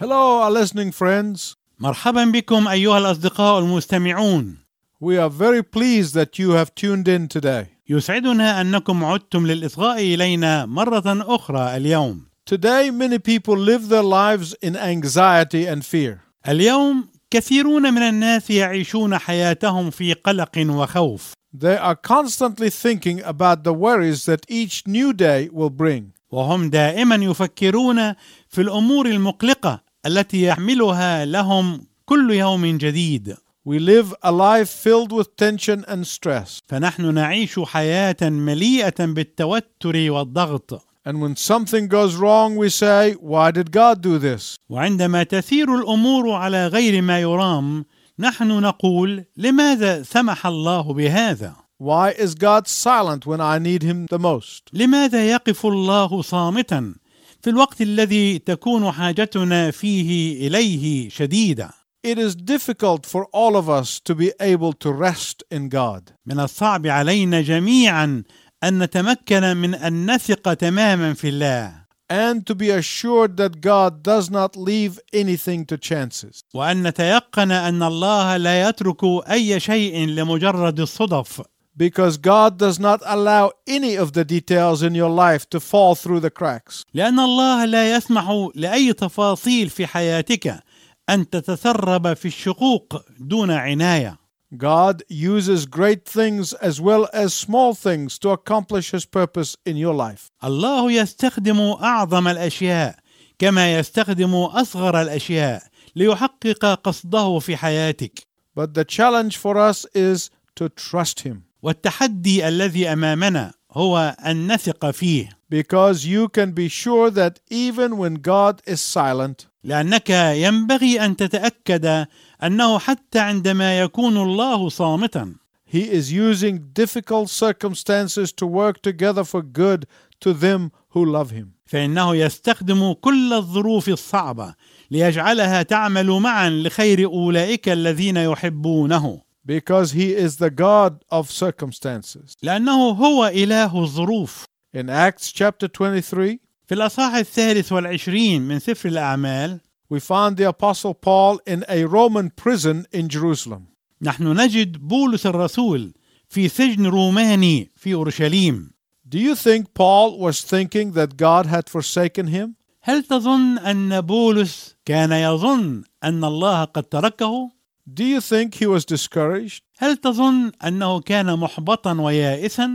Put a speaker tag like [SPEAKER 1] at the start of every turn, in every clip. [SPEAKER 1] Hello, our listening friends.
[SPEAKER 2] مرحبا بكم أيها الأصدقاء المستمعون
[SPEAKER 1] We are very pleased that you have tuned in today.
[SPEAKER 2] يسعدنا أنكم عدتم للإصغاء إلينا مرة أخرى اليوم
[SPEAKER 1] Today, many people live their lives in anxiety and fear.
[SPEAKER 2] اليوم كثيرون من الناس يعيشون حياتهم في قلق وخوف
[SPEAKER 1] They are constantly thinking about the worries that each new day will bring.
[SPEAKER 2] وهم دائما يفكرون في الأمور المقلقة التي يحملها لهم كل يوم جديد
[SPEAKER 1] We live a life filled with tension and stress.
[SPEAKER 2] فنحن نعيش حياة مليئة بالتوتر والضغط
[SPEAKER 1] And when something goes wrong, we say, Why did God do this?
[SPEAKER 2] وعندما تسير الامور على غير ما يرام نحن نقول لماذا سمح الله بهذا
[SPEAKER 1] Why is God silent when I need Him the most?
[SPEAKER 2] لماذا يقف الله صامتا في الوقت الذي تكون حاجتنا فيه اليه شديده
[SPEAKER 1] It is difficult for all of us to be able to rest in God.
[SPEAKER 2] من الصعب علينا جميعا ان نتمكن من ان نثق تماما في الله
[SPEAKER 1] and to be assured that God does not leave anything to chances.
[SPEAKER 2] وان نتيقن ان الله لا يترك اي شيء لمجرد الصدف
[SPEAKER 1] Because God does not allow any of the details in your life to fall through the cracks.
[SPEAKER 2] لأن الله لا يسمح لأي تفاصيل في حياتك أن تتسرب في الشقوق دون عناية.
[SPEAKER 1] God uses great things as well as small things to accomplish His purpose in your life.
[SPEAKER 2] الله يستخدم أعظم الأشياء كما يستخدم أصغر الأشياء ليحقق قصده في حياتك.
[SPEAKER 1] But the challenge for us is to trust Him.
[SPEAKER 2] والتحدي الذي أمامنا هو أن نثق فيه،
[SPEAKER 1] Because you can be sure that even when God is silent,
[SPEAKER 2] لأنك ينبغي أن تتأكد أنه حتى عندما يكون الله صامتًا
[SPEAKER 1] He is using difficult circumstances to work together for good to them who love Him.
[SPEAKER 2] فإنه يستخدم كل الظروف الصعبة ليجعلها تعمل معا لخير أولئك الذين يحبونه
[SPEAKER 1] because he is the God of circumstances.
[SPEAKER 2] لأنه هو إله الظروف
[SPEAKER 1] In Acts chapter 23,
[SPEAKER 2] في الأصحاح الثالث والعشرين من سفر الأعمال
[SPEAKER 1] we find the Apostle Paul in a Roman prison in Jerusalem.
[SPEAKER 2] نحن نجد بولس الرسول في سجن روماني في أورشليم
[SPEAKER 1] Do you think Paul was thinking that God had forsaken him?
[SPEAKER 2] هل تظن أن بولس كان يظن أن الله قد تركه؟
[SPEAKER 1] Do you think he was discouraged?
[SPEAKER 2] هل تظن أنه كان محبطا ويائسا؟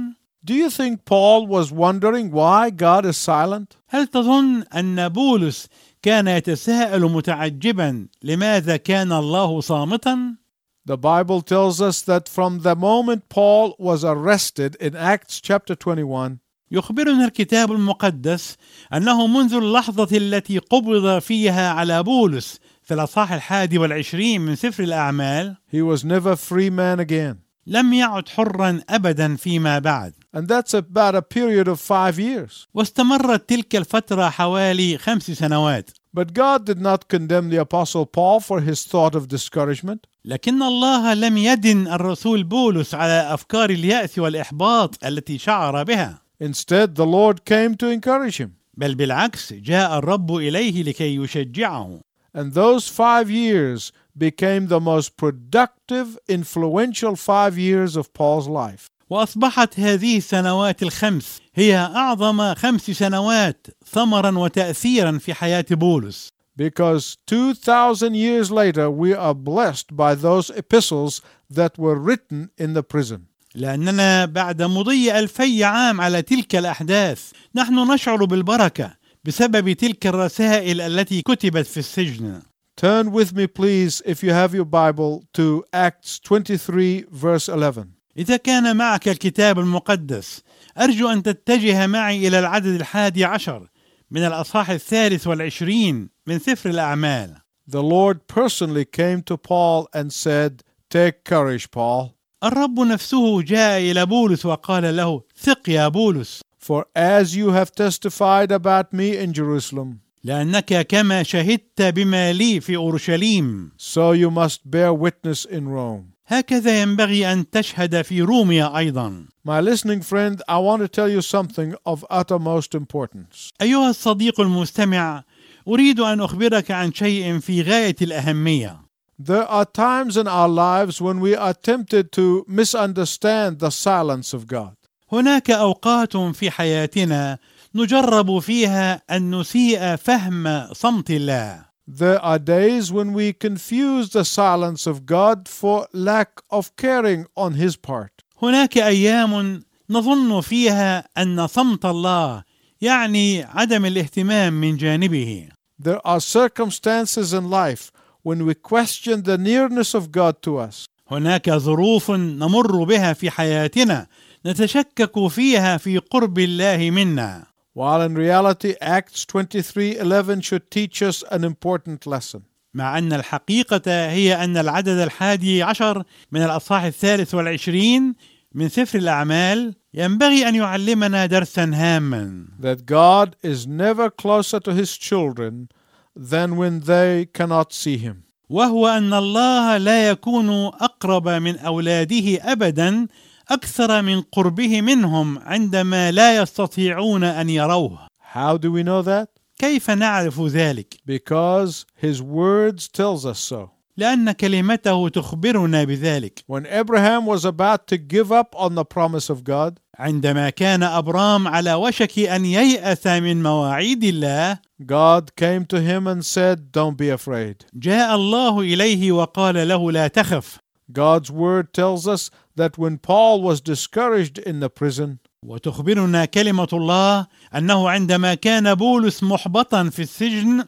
[SPEAKER 1] Do you think Paul was wondering why God is silent?
[SPEAKER 2] هل تظن أن بولس كان يتساءل متعجبا لماذا كان الله صامتا؟
[SPEAKER 1] The Bible tells us that from the moment Paul was arrested in Acts chapter 21,
[SPEAKER 2] يخبرنا الكتاب المقدس أنه منذ اللحظة التي قبض فيها على بولس في الأصحاح الحادي والعشرين من سفر الأعمال
[SPEAKER 1] he was never free man again.
[SPEAKER 2] لم يعد حرا أبدا فيما بعد
[SPEAKER 1] And that's about a period of five years.
[SPEAKER 2] واستمرت تلك الفترة حوالي خمس سنوات
[SPEAKER 1] But God did not condemn the Apostle Paul for his thought of discouragement.
[SPEAKER 2] لكن الله لم يدن الرسول بولس على أفكار اليأس والإحباط التي شعر بها
[SPEAKER 1] Instead, the Lord came to encourage him.
[SPEAKER 2] بل بالعكس جاء الرب اليه لكي يشجعه
[SPEAKER 1] And those five years became the most productive, influential five years of Paul's life.
[SPEAKER 2] واصبحت هذه السنوات الخمس هي اعظم خمس سنوات ثمرا وتاثيرا في حياه بولس
[SPEAKER 1] Because 2,000 years later, we are blessed by those epistles that were written in the prison.
[SPEAKER 2] لاننا بعد مضي الفي عام على تلك الاحداث نحن نشعر بالبركه بسبب تلك الرسائل التي كتبت في السجن
[SPEAKER 1] Turn with me, please, if you have your Bible, to Acts 23, verse 11.
[SPEAKER 2] اذا كان معك الكتاب المقدس ارجو ان تتجه معي الى العدد الحادي عشر من الاصحاح الثالث والعشرين من سفر الاعمال
[SPEAKER 1] The Lord personally came to Paul and said, Take courage, Paul.
[SPEAKER 2] الرب نفسه جاء إلى بولس وقال له ثق يا بولس
[SPEAKER 1] For as you have testified about me in Jerusalem,
[SPEAKER 2] لأنك كما شهدت بما لي في أورشليم
[SPEAKER 1] so you must bear witness in Rome.
[SPEAKER 2] هكذا ينبغي أن تشهد في روميا أيضا
[SPEAKER 1] My listening friend, I want to tell you something of uttermost importance.
[SPEAKER 2] أيها الصديق المستمع أريد أن أخبرك عن شيء في غاية الأهمية
[SPEAKER 1] There are times in our lives when we are tempted to misunderstand the silence of God.
[SPEAKER 2] هناك أوقات في حياتنا نجرب فيها أن نسيء فهم صمت الله
[SPEAKER 1] There are days when we confuse the silence of God for lack of caring on His part.
[SPEAKER 2] هناك أيام نظن فيها أن صمت الله يعني عدم الاهتمام من جانبه
[SPEAKER 1] There are circumstances in life when we question the nearness of God to us.
[SPEAKER 2] هناك ظروف نمر بها في حياتنا نتشكك فيها في قرب الله منا
[SPEAKER 1] While in reality, Acts 23:11 should teach us an important lesson.
[SPEAKER 2] مع أن الحقيقة هي أن العدد الحادي عشر من الأصحاح الثالث والعشرين من سفر الأعمال ينبغي أن يعلمنا درسا هاما
[SPEAKER 1] that God is never closer to his children than when they cannot see him.
[SPEAKER 2] وهو أن الله لا يكون أقرب من أولاده أبدا أكثر من قربه منهم عندما لا يستطيعون أن يروه
[SPEAKER 1] How do we know that?
[SPEAKER 2] كيف نعرف ذلك؟
[SPEAKER 1] Because his words tells us so.
[SPEAKER 2] لأن كلمته تخبرنا بذلك
[SPEAKER 1] When Abraham was about to give up on the promise of God,
[SPEAKER 2] عندما كان أبرام على وشك أن ييأس من مواعيد الله
[SPEAKER 1] God came to him and said, "Don't be afraid."
[SPEAKER 2] جاء الله إليه وقال له لا تخف
[SPEAKER 1] God's word tells us that when Paul was discouraged in the prison,
[SPEAKER 2] وتخبرنا كلمة الله أنه عندما كان بولس محبطا في السجن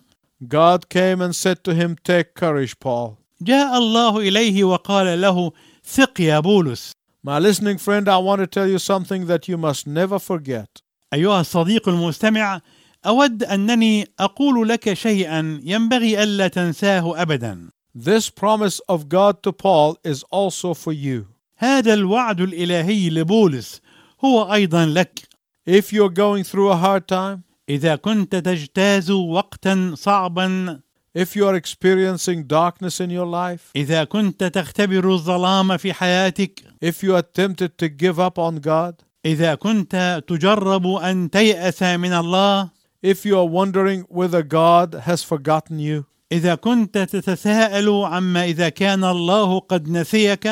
[SPEAKER 1] God came and said to him, "Take courage, Paul."
[SPEAKER 2] جاء الله إليه وقال له ثق يا بولس
[SPEAKER 1] My listening friend, I want to tell you something that you must never forget.
[SPEAKER 2] أيها الصديق المستمع أود أنني أقول لك شيئا ينبغي ألا تنساه أبدا
[SPEAKER 1] This promise of God to Paul is also for you.
[SPEAKER 2] هذا الوعد الإلهي لبولس هو أيضا لك
[SPEAKER 1] If you're going through a hard time,
[SPEAKER 2] إذا كنت تجتاز وقتا صعبا
[SPEAKER 1] if you're experiencing darkness in your life,
[SPEAKER 2] إذا كنت تختبر الظلام في حياتك
[SPEAKER 1] if you are tempted to give up on God,
[SPEAKER 2] إذا كنت تجرب أن تيأس من الله
[SPEAKER 1] if you are wondering whether God has forgotten you,
[SPEAKER 2] إذا كنت تتساءل عما إذا كان الله قد نسيك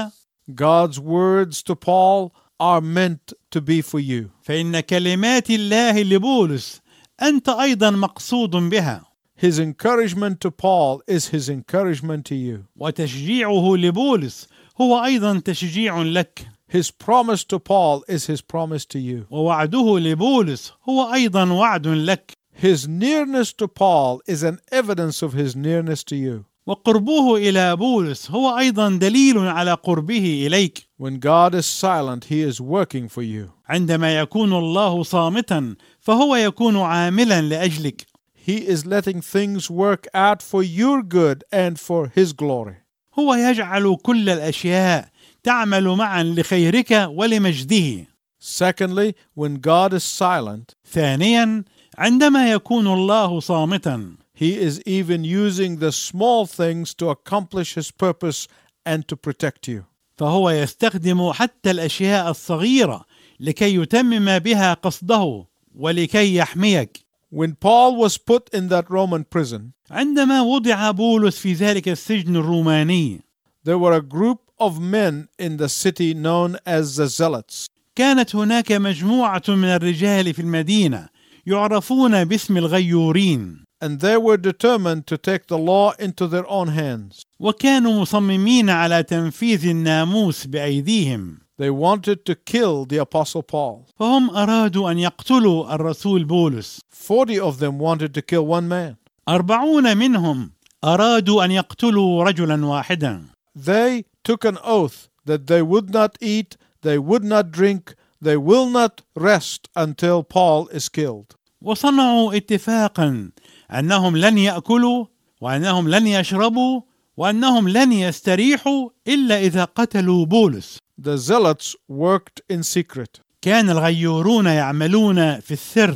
[SPEAKER 1] God's words to Paul are meant to be for you.
[SPEAKER 2] فإن كلمات الله لبولس أنت أيضا مقصود بها
[SPEAKER 1] His encouragement to Paul is his encouragement to you.
[SPEAKER 2] وتشجيعه لبولس هو أيضا تشجيع لك
[SPEAKER 1] His promise to Paul is his promise to you.
[SPEAKER 2] ووعده لبولس هو أيضا وعد لك
[SPEAKER 1] His nearness to Paul is an evidence of his nearness to you.
[SPEAKER 2] وقربه إلى بولس هو أيضا دليل على قربه إليك
[SPEAKER 1] When God is silent, He is working for you.
[SPEAKER 2] عندما يكون الله صامتا فهو يكون عاملا لأجلك
[SPEAKER 1] He is letting things work out for your good and for His glory.
[SPEAKER 2] هو يجعل كل الأشياء تعمل معا لخيرك ولمجده
[SPEAKER 1] Secondly, when God is silent,
[SPEAKER 2] ثانيا عندما يكون الله صامتا
[SPEAKER 1] He is even using the small things to accomplish His purpose and to protect you.
[SPEAKER 2] فهو يستخدم حتى الاشياء الصغيره لكي يتمم بها قصده ولكي يحميك
[SPEAKER 1] When Paul was put in that Roman prison,
[SPEAKER 2] عندما وضع بولس في ذلك السجن الروماني
[SPEAKER 1] there were a group of men in the city known as the Zealots.
[SPEAKER 2] كانت هناك مجموعه من الرجال في المدينه يعرفون باسم الغيورين
[SPEAKER 1] And they were determined to take the law into their own hands.
[SPEAKER 2] وكانوا مصممين على تنفيذ الناموس بايديهم
[SPEAKER 1] They wanted to kill the Apostle Paul.
[SPEAKER 2] فهم ارادوا ان يقتلوا الرسول بولس
[SPEAKER 1] 40 of them wanted to kill one man.
[SPEAKER 2] أربعون منهم أرادوا أن يقتلوا رجلا واحدا
[SPEAKER 1] They took an oath that they would not eat, they would not drink, they will not rest until Paul is killed.
[SPEAKER 2] وصنعوا اتفاقا أنهم لن يأكلوا وأنهم لن يشربوا وأنهم لن يستريحوا إلا إذا قتلوا بولس
[SPEAKER 1] The zealots worked in secret.
[SPEAKER 2] كان الغيورون يعملون في السر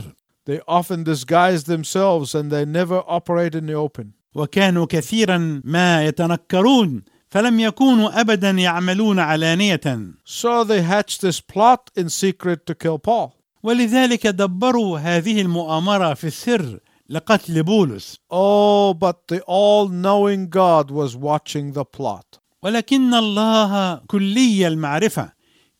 [SPEAKER 1] They often disguised themselves and they never operate in the open.
[SPEAKER 2] وكانوا كثيرا ما يتنكرون فلم يكونوا أبدا يعملون علانية
[SPEAKER 1] So they hatched this plot in secret to kill Paul.
[SPEAKER 2] ولذلك دبروا هذه المؤامرة في السر لقتل بولس
[SPEAKER 1] Oh, but the all knowing God was watching the plot.
[SPEAKER 2] ولكن الله كلي المعرفة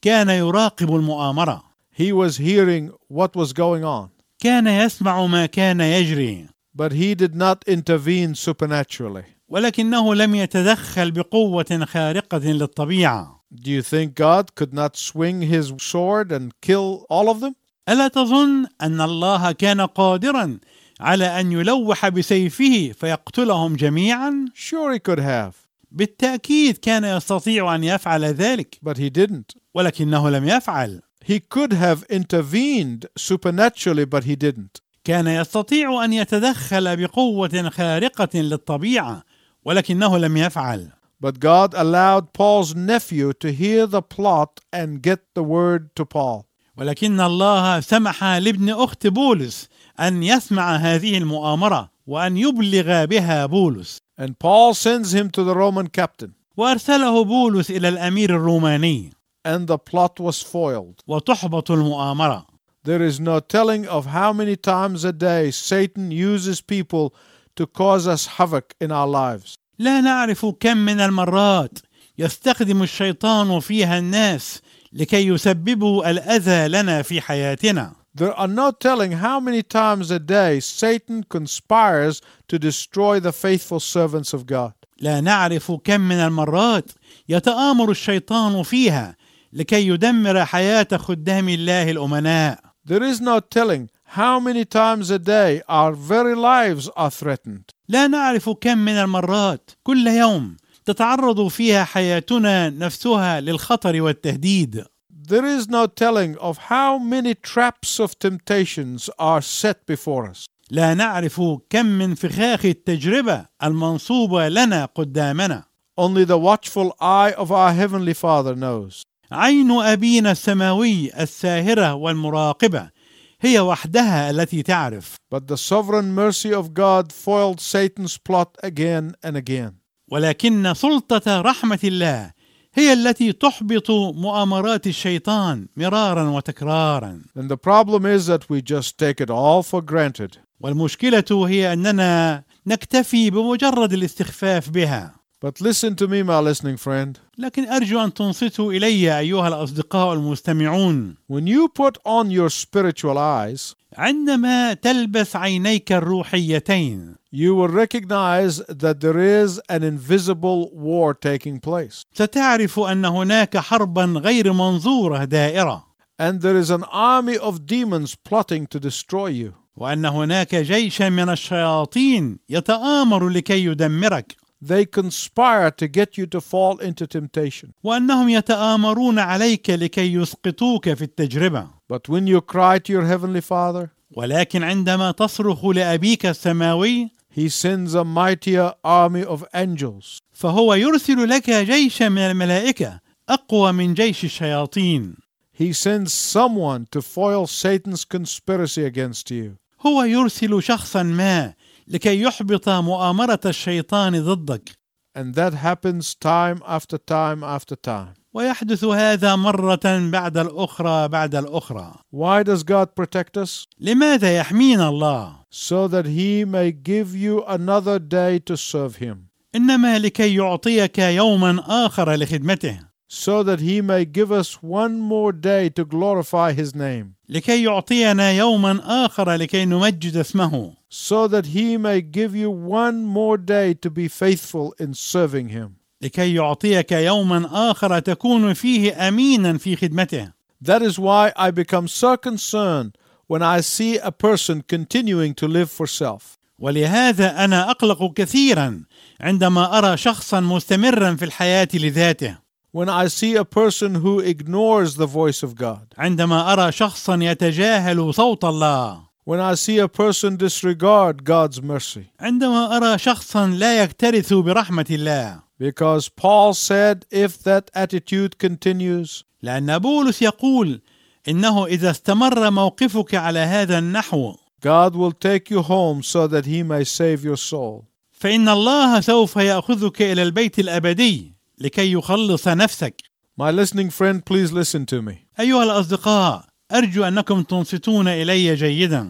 [SPEAKER 2] كان يراقب المؤامرة
[SPEAKER 1] He was hearing what was going on,
[SPEAKER 2] كان يسمع ما كان يجري
[SPEAKER 1] but he did not intervene supernaturally.
[SPEAKER 2] ولكنه لم يتدخل بقوة خارقة للطبيعة
[SPEAKER 1] Do you think God could not swing his sword and kill all of them?
[SPEAKER 2] ألا تظن أن الله كان قادرا على أن يلوح بسيفه فيقتلهم جميعا؟
[SPEAKER 1] Sure, he could have,
[SPEAKER 2] بالتأكيد كان يستطيع أن يفعل ذلك
[SPEAKER 1] but he didn't.
[SPEAKER 2] ولكنه لم يفعل
[SPEAKER 1] He could have intervened supernaturally, but he didn't.
[SPEAKER 2] كان يستطيع أن يتدخل بقوة خارقة للطبيعة ولكنه لم يفعل
[SPEAKER 1] But God allowed Paul's nephew to hear the plot and get the word to Paul.
[SPEAKER 2] ولكن الله سمح لابن أخت بولس أن يسمع هذه المؤامرة وأن يبلغ بها بولس
[SPEAKER 1] And Paul sends him to the Roman captain,
[SPEAKER 2] وأرسله بولس إلى الأمير الروماني
[SPEAKER 1] and the plot was foiled.
[SPEAKER 2] وتحبط المؤامرة
[SPEAKER 1] There is no telling of how many times a day Satan uses people to cause us havoc in our lives.
[SPEAKER 2] لا نعرف كم من المرات يستخدم الشيطان فيها الناس لكي يسببوا الأذى لنا في حياتنا
[SPEAKER 1] There are no telling how many times a day Satan conspires to destroy the faithful servants of God.
[SPEAKER 2] لا نعرف كم من المرات يتآمر الشيطان فيها لكي يدمر حياة خدام الله الأمناء
[SPEAKER 1] There is no telling how many times a day our very lives are threatened.
[SPEAKER 2] لا نعرف كم من المرات كل يوم تتعرض فيها حياتنا نفسها للخطر والتهديد
[SPEAKER 1] There is no telling of how many traps of temptations are set before us.
[SPEAKER 2] لا نعرف كم من فخاخ التجربة المنصوبة لنا قدامنا
[SPEAKER 1] Only the watchful eye of our Heavenly Father knows.
[SPEAKER 2] عين أبينا السماوي الساهرة والمراقبة هي وحدها التي تعرف
[SPEAKER 1] But the sovereign mercy of God foiled Satan's plot again and again.
[SPEAKER 2] ولكن سلطة رحمة الله هي التي تحبط مؤامرات الشيطان مرارا وتكرارا
[SPEAKER 1] And the problem is that we just take it all for granted.
[SPEAKER 2] والمشكلة هي أننا نكتفي بمجرد الاستخفاف بها
[SPEAKER 1] But listen to me, my listening friend.
[SPEAKER 2] لكن أرجو أن تنصتوا إلي أيها الأصدقاء المستمعون
[SPEAKER 1] When you put on your spiritual eyes,
[SPEAKER 2] عندما تلبس عينيك الروحيتين
[SPEAKER 1] you will recognize that there is an invisible war taking place.
[SPEAKER 2] ستعرف أن هناك حربا غير منظورة دائرة
[SPEAKER 1] And there is an army of demons plotting to destroy you.
[SPEAKER 2] وأن هناك جيشا من الشياطين يتآمر لكي يدمرك
[SPEAKER 1] They conspire to get you to fall into temptation.
[SPEAKER 2] وانهم يتآمرون عليك لكي يسقطوك في التجربة،
[SPEAKER 1] But when you cry to your Heavenly Father,
[SPEAKER 2] ولكن عندما تصرخ لأبيك السماوي
[SPEAKER 1] He sends a mightier army of angels
[SPEAKER 2] فهو يرسل لك جيشا من الملائكة أقوى من جيش الشياطين،
[SPEAKER 1] He sends someone to foil Satan's conspiracy against you.
[SPEAKER 2] هو يرسل شخصا ما لكي يحبط مؤامرة الشيطان ضدك،
[SPEAKER 1] And that happens time after time after time.
[SPEAKER 2] ويحدث هذا مرة بعد الأخرى بعد الأخرى،
[SPEAKER 1] Why does God protect us?
[SPEAKER 2] لماذا يحمينا الله؟
[SPEAKER 1] So that He may give you another day to serve Him,
[SPEAKER 2] إنما لكي يعطيك يوما آخر لخدمته.
[SPEAKER 1] so that He may give us one more day to glorify His name,
[SPEAKER 2] لكي يعطينا يوما اخر لكي نمجد اسمه
[SPEAKER 1] so that He may give you one more day to be faithful in serving Him.
[SPEAKER 2] لكي يعطيك يوما اخر تكون فيه امينا في خدمته
[SPEAKER 1] That is why I become so concerned when I see a person continuing to live for self.
[SPEAKER 2] ولهذا انا اقلق كثيرا عندما ارى شخصا مستمرا في الحياه لذاته
[SPEAKER 1] when I see a person who ignores the voice of God,
[SPEAKER 2] عندما ارى شخصا يتجاهل صوت الله
[SPEAKER 1] when I see a person disregard God's mercy.
[SPEAKER 2] عندما ارى شخصا لا يكترث برحمه الله
[SPEAKER 1] Because Paul said, if that attitude continues,
[SPEAKER 2] لان بولس يقول انه اذا استمر موقفك على هذا النحو
[SPEAKER 1] God will take you home so that he may save your soul.
[SPEAKER 2] فإن الله سوف يأخذك إلى البيت الأبدي لكي يخلص نفسك.
[SPEAKER 1] My listening friend, please listen to me.
[SPEAKER 2] أيها الأصدقاء، أرجو أنكم تنصتون إلي جيدا.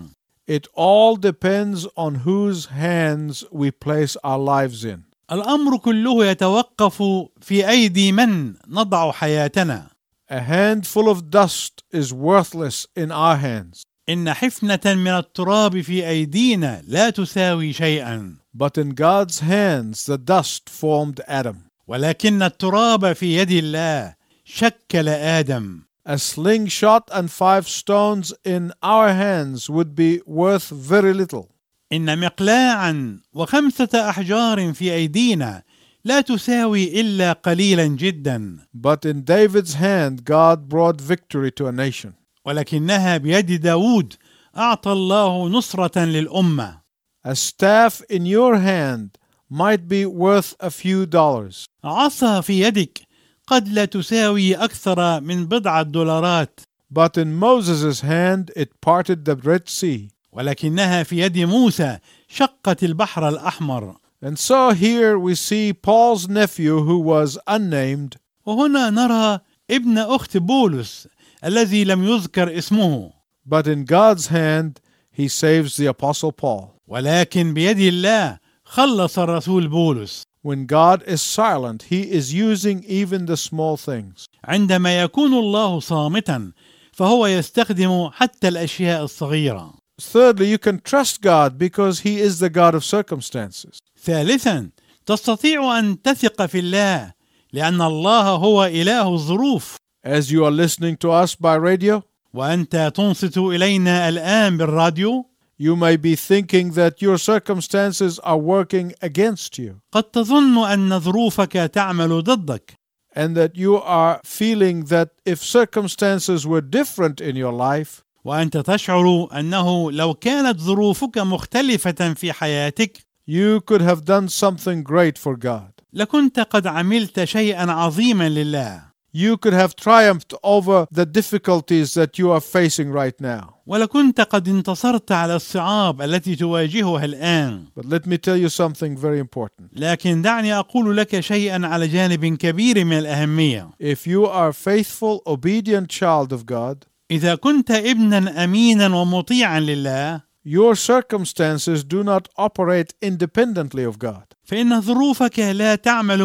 [SPEAKER 1] It all depends on whose hands we place our lives in.
[SPEAKER 2] الامر كله يتوقف في ايدي من نضع حياتنا
[SPEAKER 1] A handful of dust is worthless in our hands,
[SPEAKER 2] ان حفنه من التراب في ايدينا لا تساوي شيئا
[SPEAKER 1] but in God's hands the dust formed Adam.
[SPEAKER 2] ولكن التراب في يد الله شكل ادم
[SPEAKER 1] A slingshot and five stones in our hands would be worth very little.
[SPEAKER 2] ان مقلاعا وخمسه احجار في ايدينا لا تساوي الا قليلا جدا
[SPEAKER 1] But in David's hand, God brought victory to a nation.
[SPEAKER 2] ولكنها بيد داود اعطى الله نصره للامه
[SPEAKER 1] A staff in your hand might be worth a few dollars,
[SPEAKER 2] عصا في يدك قد لا تساوي اكثر من بضعه دولارات
[SPEAKER 1] but in Moses' hand it parted the Red Sea.
[SPEAKER 2] ولكنها في يد موسى شقت البحر الاحمر
[SPEAKER 1] And so here we see Paul's nephew, who was unnamed,
[SPEAKER 2] وهنا نرى ابن اخت بولس الذي لم يذكر اسمه
[SPEAKER 1] but in God's hand he saves the Apostle Paul.
[SPEAKER 2] ولكن بيد الله خلص الرسول بولس
[SPEAKER 1] When God is silent, he is using even the small things.
[SPEAKER 2] عندما يكون الله صامتا فهو يستخدم حتى الاشياء الصغيره
[SPEAKER 1] Thirdly, you can trust God because he is the God of circumstances.
[SPEAKER 2] ثالثا تستطيع ان تثق في الله لان الله هو اله الظروف
[SPEAKER 1] As you are listening to us by radio,
[SPEAKER 2] وانت تنصت الينا الان بالراديو
[SPEAKER 1] You may be thinking that your circumstances are working against you
[SPEAKER 2] قد تظن ان ظروفك تعمل ضدك
[SPEAKER 1] and that you are feeling that if circumstances were different in your life,
[SPEAKER 2] وانت تشعر انه لو كانت ظروفك مختلفه في حياتك
[SPEAKER 1] you could have done something great for God.
[SPEAKER 2] لكنت قد عملت شيئا عظيما لله
[SPEAKER 1] You could have triumphed over the difficulties that you are facing right now.
[SPEAKER 2] ولكنت قد انتصرت على الصعاب التي تواجهها الان
[SPEAKER 1] But let me tell you something very important.
[SPEAKER 2] لكن دعني اقول لك شيئا على جانب كبير من الاهميه
[SPEAKER 1] If you are a faithful, obedient child of God,
[SPEAKER 2] اذا كنت ابنا امينا ومطيعا لله
[SPEAKER 1] your circumstances do not operate independently of God.
[SPEAKER 2] فان ظروفك لا تعمل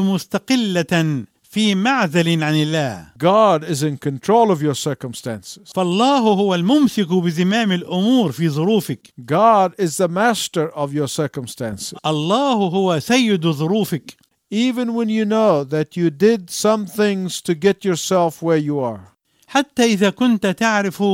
[SPEAKER 2] مستقله في معزل عن الله
[SPEAKER 1] God is in control of your circumstances.
[SPEAKER 2] فالله هو الممسك بزمام الامور في ظروفك
[SPEAKER 1] God is the master of your circumstances.
[SPEAKER 2] الله هو سيد ظروفك
[SPEAKER 1] Even when you know that you did some things to get yourself where you are,
[SPEAKER 2] حتى اذا كنت تعرف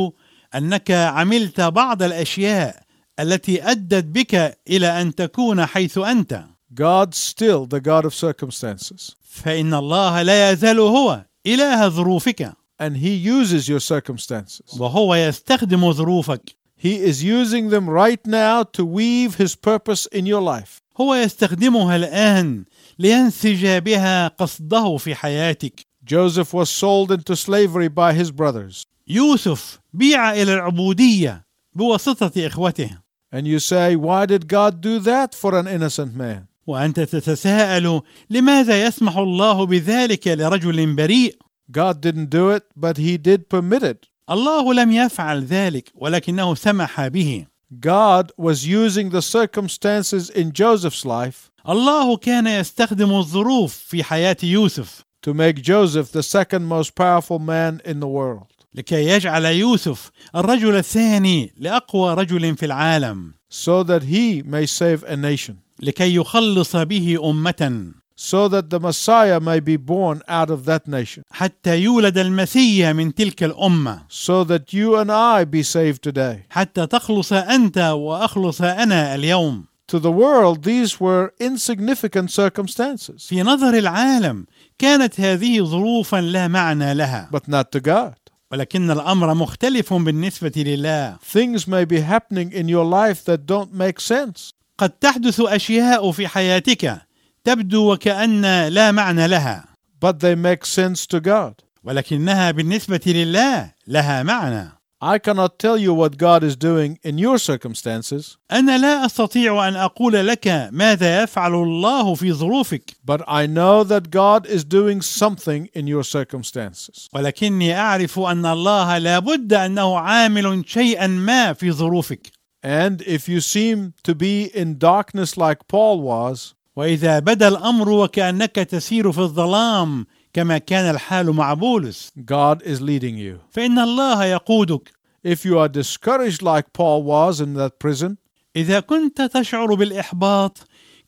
[SPEAKER 2] انك عملت بعض الاشياء التي ادت بك الى ان تكون حيث انت
[SPEAKER 1] God's still the God of circumstances,
[SPEAKER 2] فان الله لا يزال هو اله ظروفك
[SPEAKER 1] and He uses your circumstances.
[SPEAKER 2] وهو يستخدم ظروفك
[SPEAKER 1] He is using them right now to weave His purpose in your life.
[SPEAKER 2] هو يستخدمها الان لينسج بها قصده في حياتك
[SPEAKER 1] Joseph was sold into slavery by his brothers.
[SPEAKER 2] يوسف بيع الى العبوديه بواسطه اخوته
[SPEAKER 1] And you say, Why did God do that for an innocent man?
[SPEAKER 2] وانت تتساءل لماذا يسمح الله بذلك لرجل بريء
[SPEAKER 1] God didn't do it, but He did permit it.
[SPEAKER 2] الله لم يفعل ذلك ولكنه سمح به
[SPEAKER 1] God was using the circumstances in Joseph's life
[SPEAKER 2] الله كان يستخدم الظروف في حياه يوسف
[SPEAKER 1] to make Joseph the second most powerful man in the world.
[SPEAKER 2] لكي يجعل يوسف الرجل الثاني لاقوى رجل في العالم
[SPEAKER 1] so that he may save a nation,
[SPEAKER 2] لكي يخلص به امه
[SPEAKER 1] so that the Messiah may be born out of that nation,
[SPEAKER 2] حتى يولد المسيح من تلك الامه
[SPEAKER 1] so that you and I be saved today.
[SPEAKER 2] حتى تخلص انت واخلص انا اليوم
[SPEAKER 1] To the world, these were insignificant circumstances,
[SPEAKER 2] في نظر العالم كانت هذه ظروفا لا معنى لها
[SPEAKER 1] but not to God.
[SPEAKER 2] ولكن الامر مختلف بالنسبه لله
[SPEAKER 1] Things may be happening in your life that don't make sense,
[SPEAKER 2] قد تحدث اشياء في حياتك تبدو وكان لا معنى لها
[SPEAKER 1] but they make sense to God.
[SPEAKER 2] ولكنها بالنسبه لله لها معنى
[SPEAKER 1] I cannot tell you what God is doing in your circumstances,
[SPEAKER 2] انا لا استطيع ان اقول لك ماذا يفعل الله في ظروفك
[SPEAKER 1] but I know that God is doing something in your circumstances.
[SPEAKER 2] ولكني اعرف ان الله لابد انه عامل شيئا ما في ظروفك
[SPEAKER 1] And if you seem to be in darkness like Paul was,
[SPEAKER 2] واذا بدا الامر وكانك تسير في الظلام كما كان الحال مع بولس
[SPEAKER 1] God is leading you.
[SPEAKER 2] فان الله يقودك
[SPEAKER 1] If you are discouraged like Paul was in that prison,
[SPEAKER 2] اذا كنت تشعر بالاحباط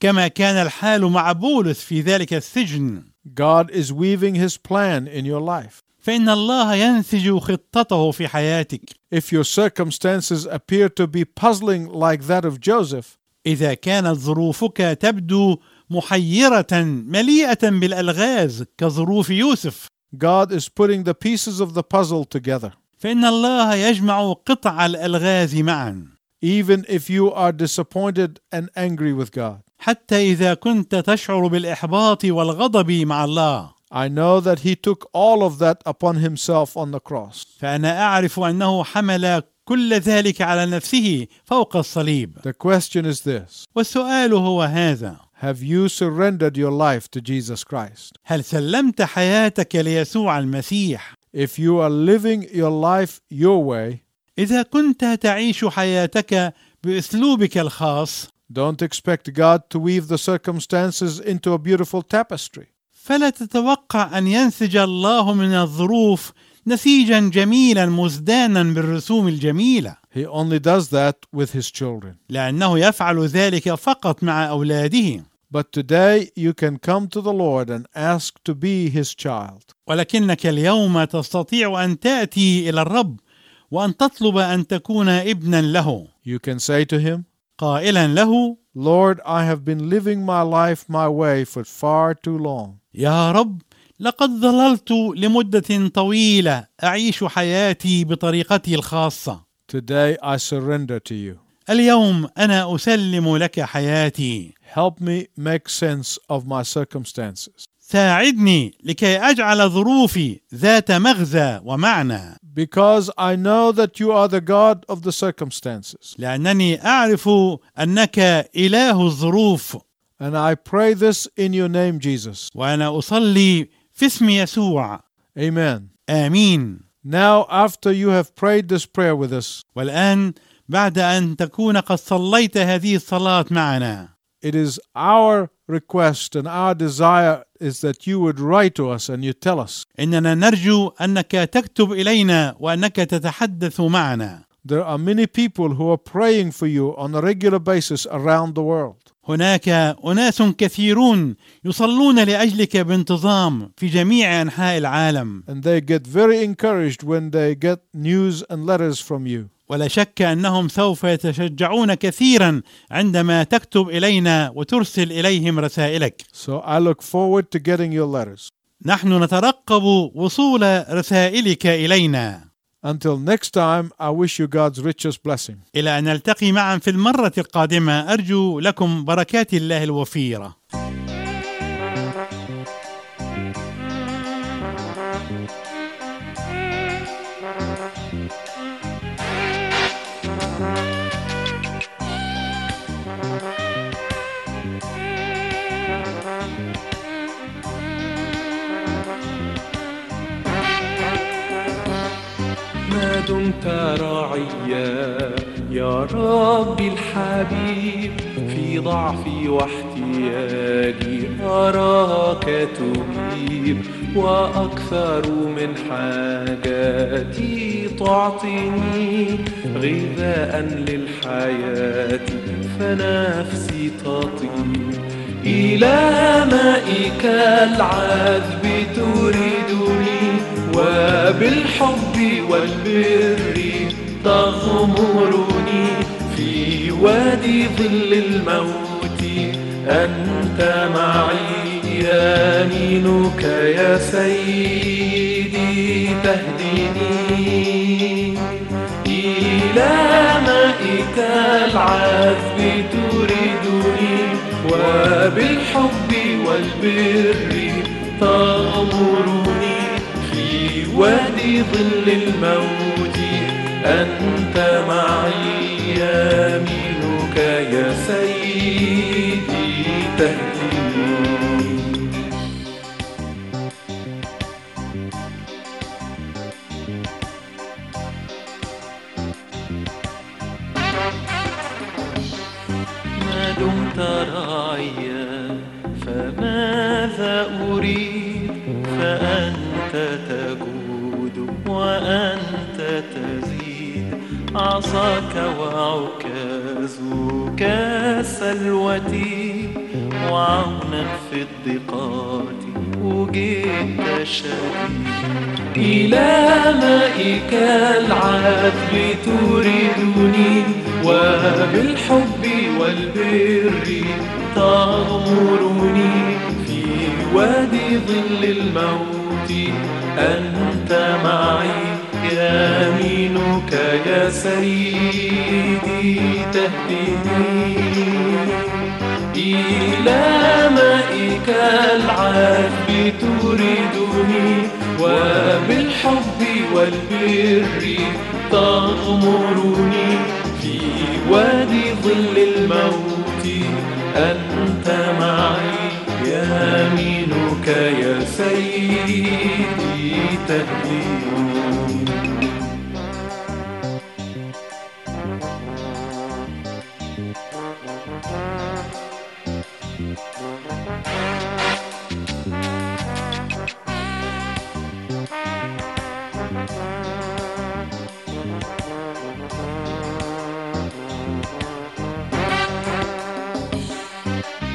[SPEAKER 2] كما كان الحال مع بولس في ذلك السجن
[SPEAKER 1] God is weaving his plan in your life.
[SPEAKER 2] فان الله ينسج خطته في حياتك
[SPEAKER 1] If your circumstances appear to be puzzling like that of Joseph,
[SPEAKER 2] اذا كانت ظروفك تبدو محيره مليئه بالالغاز كظروف يوسف
[SPEAKER 1] God is putting the pieces of the puzzle together.
[SPEAKER 2] فان الله يجمع قطع الالغاز معا
[SPEAKER 1] Even if you are disappointed and angry with God,
[SPEAKER 2] حتى اذا كنت تشعر بالاحباط والغضب مع الله
[SPEAKER 1] I know that he took all of that upon himself on the cross.
[SPEAKER 2] فانا اعرف انه حمل كل ذلك على نفسه فوق الصليب
[SPEAKER 1] The question is this
[SPEAKER 2] والسؤال هو هذا
[SPEAKER 1] Have you surrendered your life to Jesus Christ?
[SPEAKER 2] هل سلمت حياتك ليسوع المسيح
[SPEAKER 1] If you are living your life your way,
[SPEAKER 2] اذا كنت تعيش حياتك باسلوبك الخاص
[SPEAKER 1] don't expect God to weave the circumstances into a beautiful tapestry.
[SPEAKER 2] فلا تتوقع ان ينسج الله من الظروف نسيجا جميلا مزدانا بالرسوم الجميله
[SPEAKER 1] He only does that with his children.
[SPEAKER 2] لانه يفعل ذلك فقط مع اولاده
[SPEAKER 1] But today you can come to the Lord and ask to be his child.
[SPEAKER 2] ولكنك اليوم تستطيع ان تاتي الى الرب وان تطلب ان تكون ابنا له
[SPEAKER 1] You can say to him,
[SPEAKER 2] قائلا له
[SPEAKER 1] Lord, I have been living my life my way for far too long.
[SPEAKER 2] يا رب لقد ظللت لمده طويله اعيش حياتي بطريقتي الخاصه
[SPEAKER 1] Today I surrender to you.
[SPEAKER 2] اليوم انا اسلم لك حياتي
[SPEAKER 1] Help me make sense of my circumstances
[SPEAKER 2] ساعدني لكي اجعل ظروفي ذات مغزى ومعنى
[SPEAKER 1] because I know that you are the God of the circumstances.
[SPEAKER 2] لانني اعرف انك اله الظروف
[SPEAKER 1] And I pray this in your name, Jesus.
[SPEAKER 2] وانا اصلي في اسم يسوع
[SPEAKER 1] Amen.
[SPEAKER 2] امين
[SPEAKER 1] Now, after you have prayed this prayer with us,
[SPEAKER 2] والان بعد ان تكون قد صليت هذه الصلاه معنا
[SPEAKER 1] it is our request and our desire is that you would write to us and you tell us.
[SPEAKER 2] اننا نرجو انك تكتب الينا وانك تتحدث معنا
[SPEAKER 1] There are many people who are praying for you on a regular basis around the world.
[SPEAKER 2] هناك اناس كثيرون يصلون لاجلك بانتظام في جميع انحاء العالم
[SPEAKER 1] And they get very encouraged when they get news and letters from you.
[SPEAKER 2] ولا شك انهم سوف يتشجعون كثيرا عندما تكتب الينا وترسل اليهم رسائلك
[SPEAKER 1] So I look forward to getting your letters.
[SPEAKER 2] نحن نترقب وصول رسائلك الينا
[SPEAKER 1] Until next time, I wish you God's richest blessing.
[SPEAKER 2] الى ان نلتقي معا في المره القادمه ارجو لكم بركات الله الوفيره
[SPEAKER 3] ما دمت راعيا يا ربي الحبيب في ضعفي واحتياجي أراك تجيب وأكثر من حاجاتي تعطيني غذاء للحياة فنفسي تطيب إلى مائك العذب تريدني وبالحب والبر تغمرني في وادي ظل الموت أنت معي يمينك يا سيدي تهديني إلى مائك العذب تريدني وبالحب والبر تغمرني في وادي ظل الموت أنت معي يمينك يا سيدي تهديني
[SPEAKER 4] Thank you.
[SPEAKER 3] ماذا أريد فأنت تجود وأنت تزيد عصاك وعكازك سلوتي وعونا في الضيقات أجيت شديد إلى مائك العذب تريدني وبالحب والبر تغمرني في وادي ظل الموت أنت معي يمينك يا سيدي تهديني إلى مائك العذب تريدني وبالحب والبر تغمرني في وادي ظل الموت أنت معي يمينك يا سيدي تهديني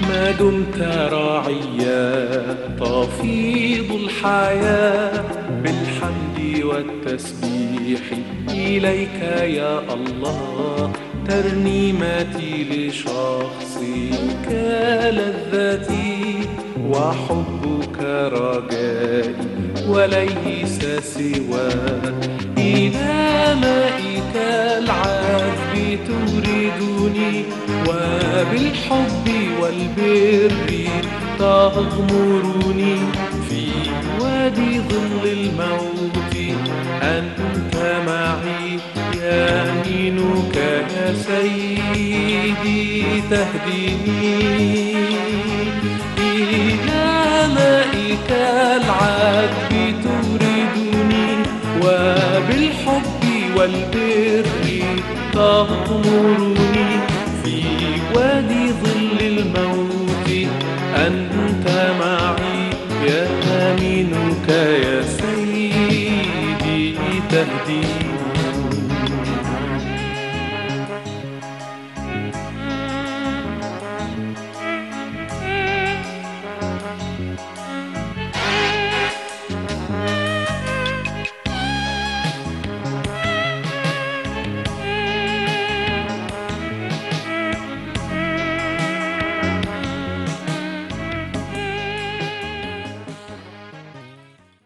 [SPEAKER 3] ما دمت راعيا تفيض الحياة بالحمد والتسبيح إليك يا الله ترنيمتي لشخصك لذتي وحبك رجائي وليس سواك إلى مائك العذب تريدني وبالحب والبر تغمرني في وادي ظل الموت أنت معي يمينك يا سيدي تهديني إلى مائك العذب تريدني وبالحب والبر تغمرني في وادي ظل الموت أنت معي يا أمينك يا سيدي تهديني